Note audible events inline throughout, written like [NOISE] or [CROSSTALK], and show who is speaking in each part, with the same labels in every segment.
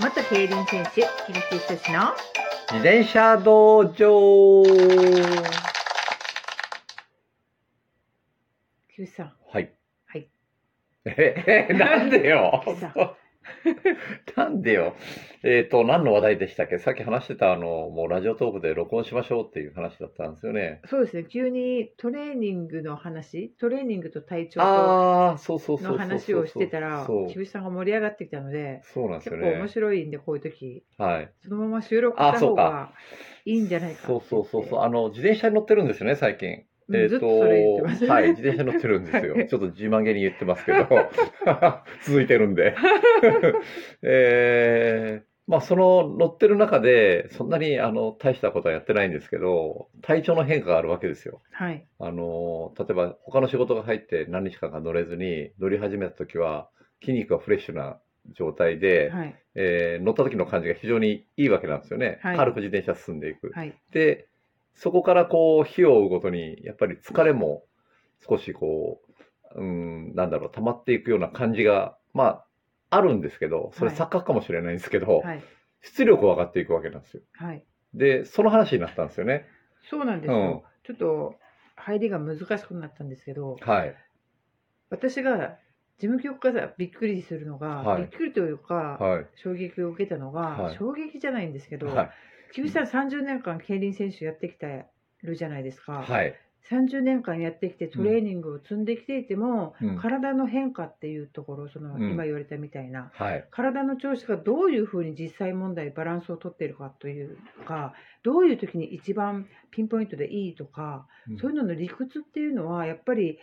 Speaker 1: 元競輪選手、厳しい人志の
Speaker 2: 自転車道場
Speaker 1: キュウさん。
Speaker 2: はい。
Speaker 1: はい。
Speaker 2: え、なんでよ
Speaker 1: ピザ
Speaker 2: [LAUGHS] なんでよえっ、と、何の話題でしたっけさっき話してた、あの、もうラジオトークで録音しましょうっていう話だったんですよね。
Speaker 1: そうですね、急にトレーニングの話、トレーニングと体調と
Speaker 2: ああ、そうそうそうそうそう。
Speaker 1: の話をしてたら、
Speaker 2: そう
Speaker 1: キウさんが盛り上がってきたので、
Speaker 2: そうなんです
Speaker 1: 結
Speaker 2: よ
Speaker 1: 構面
Speaker 2: ね。
Speaker 1: 白いんで、こういう時
Speaker 2: はい。
Speaker 1: そのまま収録した
Speaker 2: あそ
Speaker 1: 方
Speaker 2: う
Speaker 1: が
Speaker 2: か
Speaker 1: いいんじゃないかって
Speaker 2: そ
Speaker 1: 言
Speaker 2: う
Speaker 1: って
Speaker 2: そうそうそう。あの、自転車に乗ってるんですよね、最近。
Speaker 1: うん
Speaker 2: えっ、
Speaker 1: ずっと
Speaker 2: と、
Speaker 1: それ言ってます。
Speaker 2: はい、自転車に乗ってるんですよ
Speaker 1: はい。
Speaker 2: ちょっと自慢げに言ってますけ
Speaker 1: [LAUGHS]
Speaker 2: ど、続いてるんで。 [LAUGHS] えーまあその乗ってる中で、そんなにあの大したことはやってないんですけど、体調の変化があるわけですよ。
Speaker 1: はい。
Speaker 2: あの、例えば他の仕事が入って何日間か乗れずに、乗り始めた時は筋肉がフレッシュな状態で、
Speaker 1: はい。
Speaker 2: えー乗った時の感じが非常にいいわけなんですよね。
Speaker 1: はい
Speaker 2: 軽く自転車進んでいく。
Speaker 1: はい。
Speaker 2: で、そこからこう、日を追うごとに、やっぱり疲れも少しこう、うん、なんだろう、溜まっていくような感じが、まあ、あるんですけど、それ
Speaker 1: はい
Speaker 2: 錯覚かもしれないんですけど、
Speaker 1: はい。
Speaker 2: 出力は上がっていくわけなんですよ。
Speaker 1: はい。
Speaker 2: で、その話になったんですよね。
Speaker 1: そうなんですよ。ちょっと、入りが難しくなったんですけど、
Speaker 2: はい。
Speaker 1: 私が事務局からびっくりするのが、
Speaker 2: はい
Speaker 1: びっくりというか、
Speaker 2: はい。
Speaker 1: 衝撃を受けたのが、
Speaker 2: はい
Speaker 1: 衝撃じゃないんですけど、
Speaker 2: はい。
Speaker 1: 菊池さん30年間競輪選手やってきてるじゃないですか、
Speaker 2: はい。
Speaker 1: 30年間やってきてトレーニングを積んできていても、
Speaker 2: うん
Speaker 1: 体の変化っていうところその、
Speaker 2: うん
Speaker 1: 今言われたみたいな
Speaker 2: はい。
Speaker 1: 体の調子がどういうふうに実際問題バランスをとっているかというかどういう時に一番ピンポイントでいいとか、そういうのの理屈っていうのはやっぱり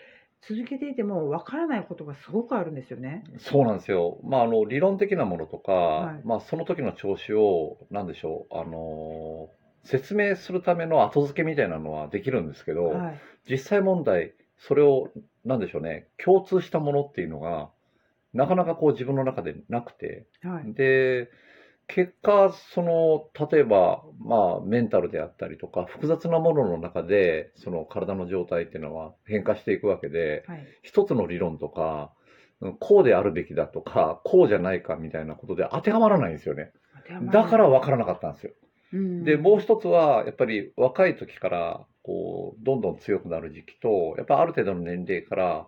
Speaker 1: 続けていてもわからないことがすごくあるんですよね。
Speaker 2: そうなんですよ。まあ、あの、理論的なものとか、
Speaker 1: はい
Speaker 2: まあ、その時の調子を、なんでしょう、あのー説明するための後付けみたいなのはできるんですけど、
Speaker 1: はい、
Speaker 2: 実際問題、それを、なんでしょうね、共通したものっていうのが、なかなかこう自分の中でなくて、
Speaker 1: はい、
Speaker 2: で、結果、その、例えば、まあ、メンタルであったりとか、複雑なものの中で、その体の状態っていうのは変化していくわけで、
Speaker 1: はい
Speaker 2: 一つの理論とか、うんこうであるべきだとか、こうじゃないかみたいなことで当てはまらないんですよね。
Speaker 1: 当てはまら
Speaker 2: だ
Speaker 1: ない
Speaker 2: から分からなかったんですよ。
Speaker 1: うん
Speaker 2: で、もう一つは、やっぱり若い時から、こう、どんどん強くなる時期と、やっぱある程度の年齢から、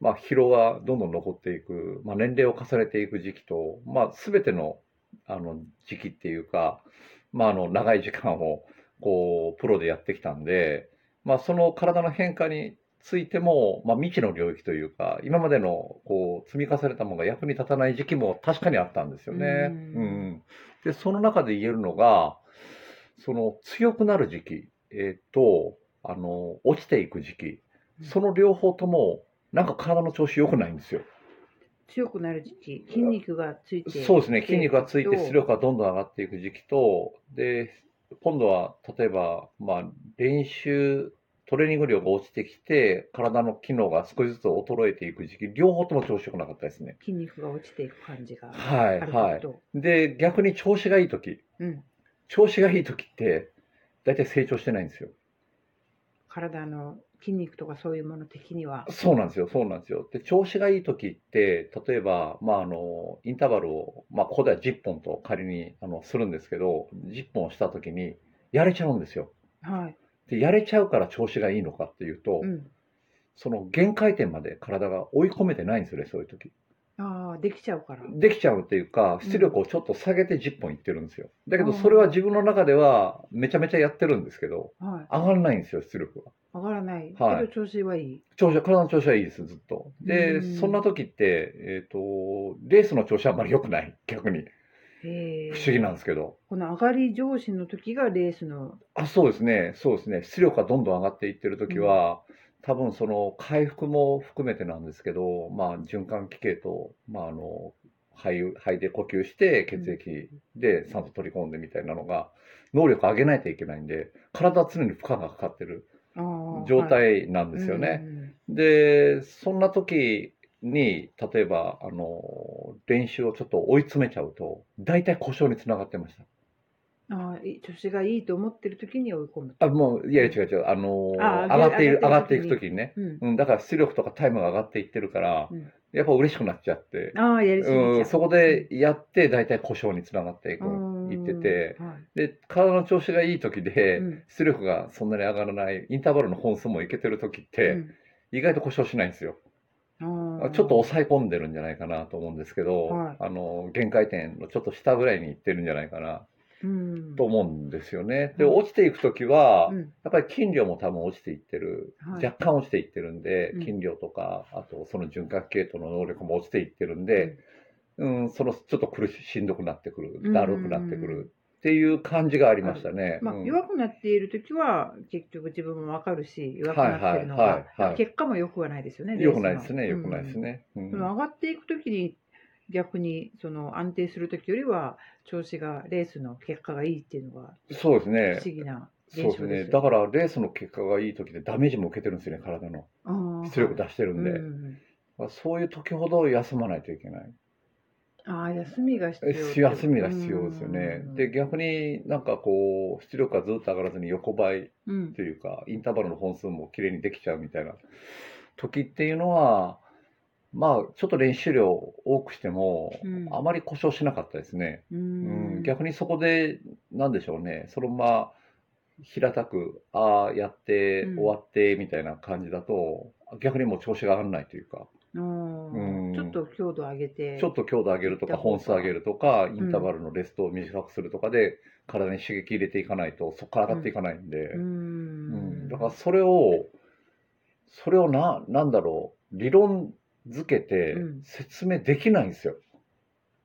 Speaker 2: まあ、疲労がどんどん残っていく、まあ、年齢を重ねていく時期と、まあ、すべての、あの、時期っていうか、まあ、あの、長い時間を、こう、プロでやってきたんで、まあ、その体の変化についても、まあ、未知の領域というか、今までの、こう、積み重ねたものが役に立たない時期も確かにあったんですよね。
Speaker 1: う
Speaker 2: うんん、で、その中で言えるのが、その強くなる時期、えーと、あの、落ちていく時期、その両方とも、なんか体の調子良くないんですよ。
Speaker 1: 強くなる時期筋肉がついて
Speaker 2: そうですね、筋肉がついて
Speaker 1: 出
Speaker 2: 出力がどんどん上がっていく時期と、で、今度は例えば、まあ、練習、トレーニング量が落ちてきて、体の機能が少しずつ衰えていく時期、両方とも調子良くなかったですね。
Speaker 1: 筋肉が落ちていく感じがあ
Speaker 2: はい、
Speaker 1: る
Speaker 2: は
Speaker 1: と、
Speaker 2: い。で、逆に調子がいい時、
Speaker 1: うん、
Speaker 2: 調子がいい時って、大体成長してないんですよ。
Speaker 1: 体の筋肉とかそういうもの的には
Speaker 2: そうなんですよ、そうなんですよ。で、調子がいい時って、例えば、まあ、あの、インターバルを、まあ、ここでは10本と仮に、あの、するんですけど、10本した時に、やれちゃうんですよ。
Speaker 1: はい、
Speaker 2: で、やれちゃうから調子がいいのかっていうと、
Speaker 1: うん、
Speaker 2: その限界点まで体が追い込めてないんですよね、そういう時。
Speaker 1: ああできちゃうから
Speaker 2: できちゃうっていうか、出力をちょっと下げて10本いってるんですよ。だけど、
Speaker 1: あー
Speaker 2: それは自分の中では、めちゃめちゃやってるんですけど、
Speaker 1: はい
Speaker 2: 上がらないんですよ、出力は。
Speaker 1: 上がらない、
Speaker 2: はい
Speaker 1: けど調子はいい
Speaker 2: 調子は、体の調子はいいです、ずっと。
Speaker 1: う
Speaker 2: で
Speaker 1: ん、
Speaker 2: そんな時って、えっ、と、レースの調子はあんまり良くない、逆に。
Speaker 1: へえ
Speaker 2: 不思議なんですけど。
Speaker 1: この上がり上進の時がレースの
Speaker 2: あ、そうですね、そうですね。出力がどんどん上がっていってる時は、多分その回復も含めてなんですけど、まあ、循環器系と、まあ、あの、肺、肺で呼吸して、血液で酸素取り込んでみたいなのが、能力上げないといけないんで、体は常に負荷がかかってる
Speaker 1: あー
Speaker 2: 状
Speaker 1: はい
Speaker 2: 態なんですよね。
Speaker 1: うん
Speaker 2: で、そんな時に、例えば、あの、練習をちょっと追い詰めちゃうと、大体故障につながってました。
Speaker 1: あーい調子がいいと思ってる時に追い込むと
Speaker 2: あもういやいや違う違う、あのー
Speaker 1: あ
Speaker 2: 上がっている
Speaker 1: 上
Speaker 2: 上
Speaker 1: が
Speaker 2: が
Speaker 1: っ
Speaker 2: ってて
Speaker 1: い
Speaker 2: い
Speaker 1: く
Speaker 2: く
Speaker 1: 時
Speaker 2: ときにね、
Speaker 1: うん
Speaker 2: うん、だから出力とかタイムが上がっていってるから、
Speaker 1: うん
Speaker 2: やっぱ嬉しくなっちゃって、
Speaker 1: ああやりすぎちゃう、
Speaker 2: うん、そこでやって大体故障につながっていくいってて、
Speaker 1: うんはい
Speaker 2: で体の調子がいい時で、
Speaker 1: うん
Speaker 2: 出力がそんなに上がらないインターバルの本数もいけてる時って、意外と故障しないんですよ、
Speaker 1: うんあー
Speaker 2: ちょっと抑え込んでるんじゃないかなと思うんですけど、
Speaker 1: はい
Speaker 2: あの限界点のちょっと下ぐらいにいってるんじゃないかな
Speaker 1: うん
Speaker 2: と思うんですよね、で
Speaker 1: うん
Speaker 2: 落ちていく時は、
Speaker 1: うん
Speaker 2: やっぱり筋量も多分落ちていってる、
Speaker 1: はい
Speaker 2: 若干落ちていってるんで、
Speaker 1: うん
Speaker 2: 筋量とか、あとその循環系統の能力も落ちていってるんで、うん、そのちょっと苦ししんどくなってく
Speaker 1: うん
Speaker 2: る、だるくなってくるっていう感じがありましたね。
Speaker 1: まあ
Speaker 2: うん
Speaker 1: 弱くなっている時は結局自分もわかるし弱くなってるの
Speaker 2: はいはい
Speaker 1: が
Speaker 2: はいはい
Speaker 1: 結果も良くはないですよね。
Speaker 2: 良くないですね、
Speaker 1: レー
Speaker 2: 良
Speaker 1: ス
Speaker 2: く
Speaker 1: の
Speaker 2: ないです。ね。う
Speaker 1: うんんでも上がっていく時に逆にその安定する時よりは調子がレースの結果がいいっていうのが
Speaker 2: そうです
Speaker 1: 不
Speaker 2: ね。
Speaker 1: 思議な現
Speaker 2: そうです
Speaker 1: 象で
Speaker 2: ね。
Speaker 1: す
Speaker 2: だからレースの結果がいい時でダメージも受けてるんですよね、体の。
Speaker 1: ら
Speaker 2: 出力出してるんで。
Speaker 1: うん
Speaker 2: まあそういう時ほど休まないといけない。
Speaker 1: ああ休みが必要っていう
Speaker 2: 休みが必要ですよね。で、、逆になんかこう、出力がずっと上がらずに横ばい
Speaker 1: うんうん
Speaker 2: というか、インターバルの本数も綺麗にできちゃうみたいな時っていうのは、まあ、ちょっと練習量多くしても、
Speaker 1: うん
Speaker 2: あまり故障しなかったですね。
Speaker 1: う
Speaker 2: うん
Speaker 1: ん、
Speaker 2: 逆にそこで、なんでしょうね、そのまま平たく、ああ、やって、
Speaker 1: うん
Speaker 2: 終わってみたいな感じだと、逆にもう調子が上がらないというか、
Speaker 1: あー
Speaker 2: うん
Speaker 1: ちょっと強度上げて
Speaker 2: ちょっと強度上げると
Speaker 1: 行っ
Speaker 2: か、
Speaker 1: た方が
Speaker 2: 本数上げるとか、インターバルのレストを短くするとかで、体に刺激入れていかないと、そこから上がっていかないんで。
Speaker 1: うん
Speaker 2: うんだからそれを、それをな、なんだろう、理論づけて
Speaker 1: うん
Speaker 2: 説明できないんですよ。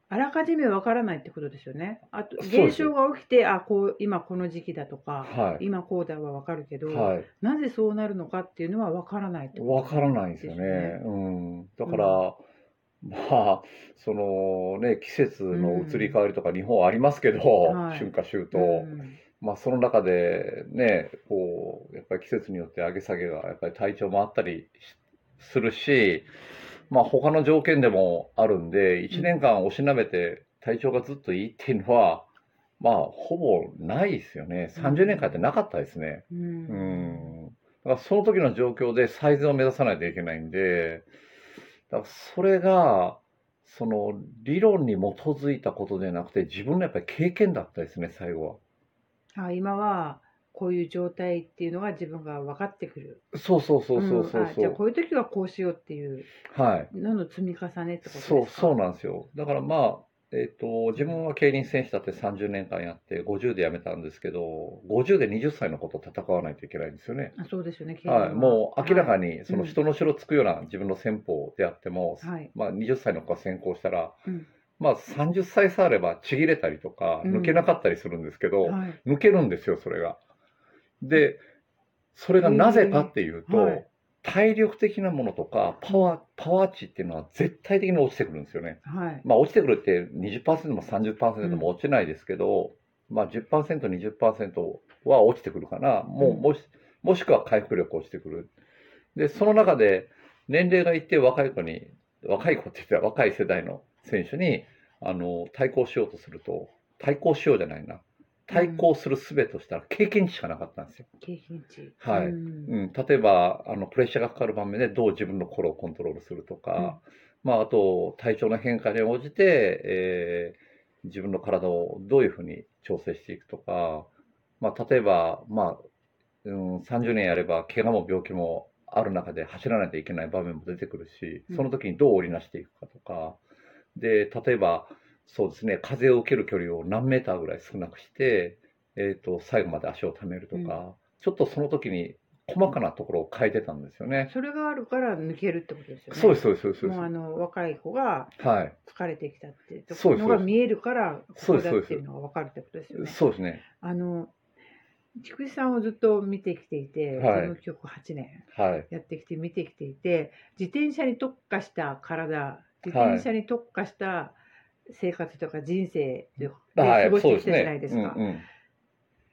Speaker 1: あらかじめわからないってことですよね。あと
Speaker 2: そうです
Speaker 1: 現象が起きてあこう今この時期だとか、
Speaker 2: は
Speaker 1: 今こうだはわかるけ
Speaker 2: い。
Speaker 1: ど、
Speaker 2: はい。
Speaker 1: なぜそうなるのかっていうのはわからないってこ
Speaker 2: わ
Speaker 1: と
Speaker 2: からないんですよね。うん。だから、まあ、そのね、季節の移り変わりとか日本はありますけど、
Speaker 1: はい
Speaker 2: 春夏秋冬。
Speaker 1: うん
Speaker 2: まあ、その中でね、こう、やっぱり季節によって上げ下げが、やっぱり体調もあったりしするし、まあ、他の条件でもあるんで、1年間おしなべて体調がずっといいっていうのは、まあ、ほぼないですよね。30年間ってなかったですね。
Speaker 1: う
Speaker 2: うんん。だから、その時の状況で最善を目指さないといけないんで、だから、それが、その理論に基づいたことでなくて、自分のやっぱり経験だったですね、最後は。
Speaker 1: あ今はこういう状態っていうのが自分が分かってくる。
Speaker 2: そうそうそうそうそ
Speaker 1: ん
Speaker 2: う
Speaker 1: あ
Speaker 2: そ
Speaker 1: じゃあ
Speaker 2: う、
Speaker 1: こういう時はこうしようっていう
Speaker 2: はい
Speaker 1: のの積み重ねってことですか。
Speaker 2: そうそうなんですよだからまあえっ、と自分は競輪選手だって30年間やって50で辞めたんですけど50で20歳の子と戦わないといけないんですよね
Speaker 1: あそうですよね。
Speaker 2: はい、もう明らか
Speaker 1: に。
Speaker 2: にその人の城つくような自分の戦法であっても、
Speaker 1: はい。
Speaker 2: まあ、20歳の子が先行したら、
Speaker 1: うん
Speaker 2: まあ、30歳差あればちぎれたりとか
Speaker 1: うん
Speaker 2: 抜けなかったりするんですけど、
Speaker 1: はい。
Speaker 2: 抜けるんですよそれが。でそれがなぜかっていうと、
Speaker 1: えーはい
Speaker 2: 体力的なものとかパワーパワー値っていうのは絶対的に落ちてくるんですよね。
Speaker 1: はい。
Speaker 2: まあ、落ちてくるって20%も30%も落ちないですけど、まあ、10%20% は落ちてくるかなも
Speaker 1: うん
Speaker 2: うもしもしくは回復力落ちてくる。でその中で年齢がいって若い子に若い子って言ったら若い世代の選手にあの対抗しようとすると対抗しようじゃないな対抗する術としたら経験値しかなかったんですよ。
Speaker 1: 経験値。
Speaker 2: はい
Speaker 1: うん
Speaker 2: うん、例えばあのプレッシャーがかかる場面でどう自分の心をコントロールするとか、まあ、あと体調の変化に応じて、えー自分の体をどういうふうに調整していくとか、まあ、例えば、まあうん、30年やれば怪我も病気もある中で走らないといけない場面も出てくるし
Speaker 1: うん
Speaker 2: その時にどう織りなしていくかとかで例えばそうですね風を受ける距離を何メーターぐらい少なくして、えー、と最後まで足を溜めるとか、
Speaker 1: うん
Speaker 2: ちょっとその時に細かなところを変えてたんですよね。
Speaker 1: それがあるから抜けるってことですよね。
Speaker 2: そうですそうですそうですそうで
Speaker 1: もうあの若い子が
Speaker 2: すはい
Speaker 1: 疲れてきたって
Speaker 2: そうです
Speaker 1: のが見えるからこ
Speaker 2: そう
Speaker 1: こ
Speaker 2: です
Speaker 1: だっていうのが分かるってことですよね。
Speaker 2: そうですね
Speaker 1: あの菊池さんをずっと見てきていて、
Speaker 2: はい
Speaker 1: その曲8年
Speaker 2: はい
Speaker 1: やってきて見てきていて自転車に特化した体自転車に特化した生活とか人生で
Speaker 2: は
Speaker 1: 過ご
Speaker 2: い
Speaker 1: して
Speaker 2: そう
Speaker 1: き
Speaker 2: で
Speaker 1: たじ
Speaker 2: す
Speaker 1: ゃない
Speaker 2: ね
Speaker 1: です
Speaker 2: うん
Speaker 1: か。
Speaker 2: うん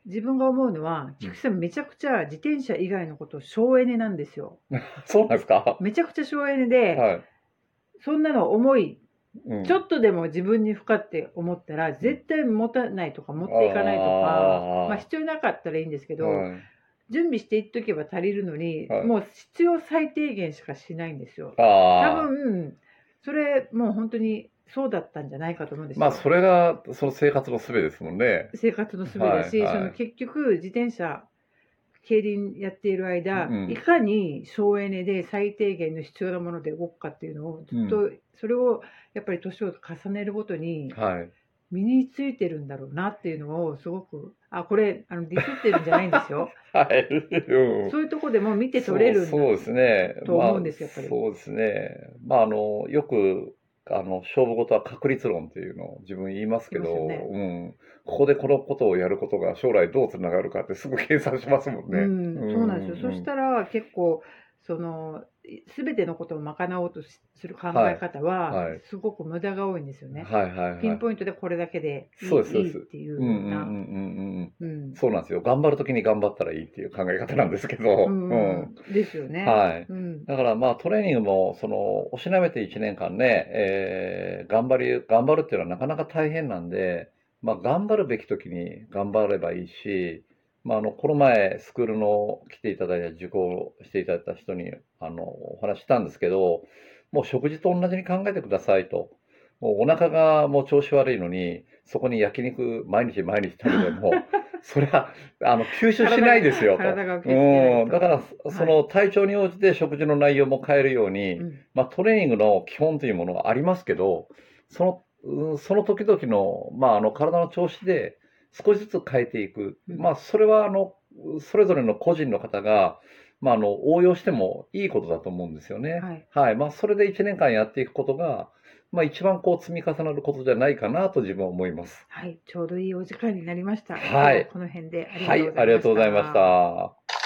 Speaker 1: 自分が思うのは菊池さんめちゃくちゃ自転車以外のこと省エネなんですよ。
Speaker 2: そうなんですかは
Speaker 1: めちゃくちゃ省エネで、
Speaker 2: い
Speaker 1: そんなの重い
Speaker 2: うん
Speaker 1: ちょっとでも自分に負荷って思ったら絶対持たないとか持っていかないとか
Speaker 2: あー
Speaker 1: まあ必要なかったらいいんですけど、
Speaker 2: はい
Speaker 1: 準備していっとけば足りるのに、
Speaker 2: はい
Speaker 1: もう必要最低限しかしないんですよ。多
Speaker 2: ああ
Speaker 1: 分それもう本当にそうだったんじゃないかと思うんですよ。
Speaker 2: まあそれがその生活のすべですもんね。
Speaker 1: 生活のすべだし、
Speaker 2: はいはい
Speaker 1: その結局自転車競輪やっている間、
Speaker 2: うん
Speaker 1: いかに省エネで最低限の必要なもので動くかっていうのをずっと、
Speaker 2: う
Speaker 1: それをやっぱり年を重ねるごとに
Speaker 2: はい。
Speaker 1: 身についてるんだろうなっていうのをすごくあこれあのディスってるんじゃないんです
Speaker 2: [LAUGHS]
Speaker 1: よ
Speaker 2: はい。うん
Speaker 1: そういうとこでも見て取れるんだ
Speaker 2: そうそうですね。
Speaker 1: と思うんです
Speaker 2: ま
Speaker 1: やっぱり
Speaker 2: あ、そうですね。まああのよくあの勝負事は確率論っていうのを自分言いますけど、
Speaker 1: 言いますよ
Speaker 2: うん、ここでこのことをやることが将来どうつながるかってすぐ計算しますもんね。
Speaker 1: うん
Speaker 2: うん
Speaker 1: そうなんですよ、そしたら結構その全てのことを賄おうとしする考え方は、
Speaker 2: はいはい
Speaker 1: すごく無駄が多いんですよね。
Speaker 2: はいはいはい。
Speaker 1: ピンポイントでこれだけでいい
Speaker 2: そうですそう
Speaker 1: いい
Speaker 2: で
Speaker 1: っ
Speaker 2: す
Speaker 1: ていう
Speaker 2: うんう
Speaker 1: よう
Speaker 2: んうん
Speaker 1: な、
Speaker 2: うんうん。
Speaker 1: うん
Speaker 2: そうなんですよ。頑張るときに頑張ったらいいっていう考え方なんですけど。
Speaker 1: うんうんですよ
Speaker 2: う
Speaker 1: ね。
Speaker 2: んはい。
Speaker 1: うん
Speaker 2: だからまあトレーニングもそのおしなべて1年間ね、えー頑張り頑張るっていうのはなかなか大変なんで、まあ、頑張るべき時に頑張ればいいし、まあ、あのこの前スクールの来ていただいた受講していただいた人にあのお話ししたんですけどもう食事と同じに考えてくださいと。もうお腹がもう調子悪いのにそこに焼肉毎日毎日食べて
Speaker 1: [LAUGHS]
Speaker 2: もそれはあの吸収しないですよと。
Speaker 1: 体が受け付けない
Speaker 2: うん、
Speaker 1: と
Speaker 2: だからそ、その体調に応じて食事の内容も変えるように、
Speaker 1: うん
Speaker 2: まあ、トレーニングの基本というものがありますけど、その、うんその時々の、まあ、あの、体の調子で少しずつ変えていく。
Speaker 1: うん
Speaker 2: まあ、それは、あの、それぞれの個人の方が、まあ、あの、応用してもいいことだと思うんですよね。
Speaker 1: はい
Speaker 2: はい。まあ、それで1年間やっていくことが、まあ、一番こう、積み重なることじゃないかなと自分は思います。
Speaker 1: はい、ちょうどいいお時間になりました。
Speaker 2: はい
Speaker 1: 今日この辺で
Speaker 2: はい、ありがとうございました。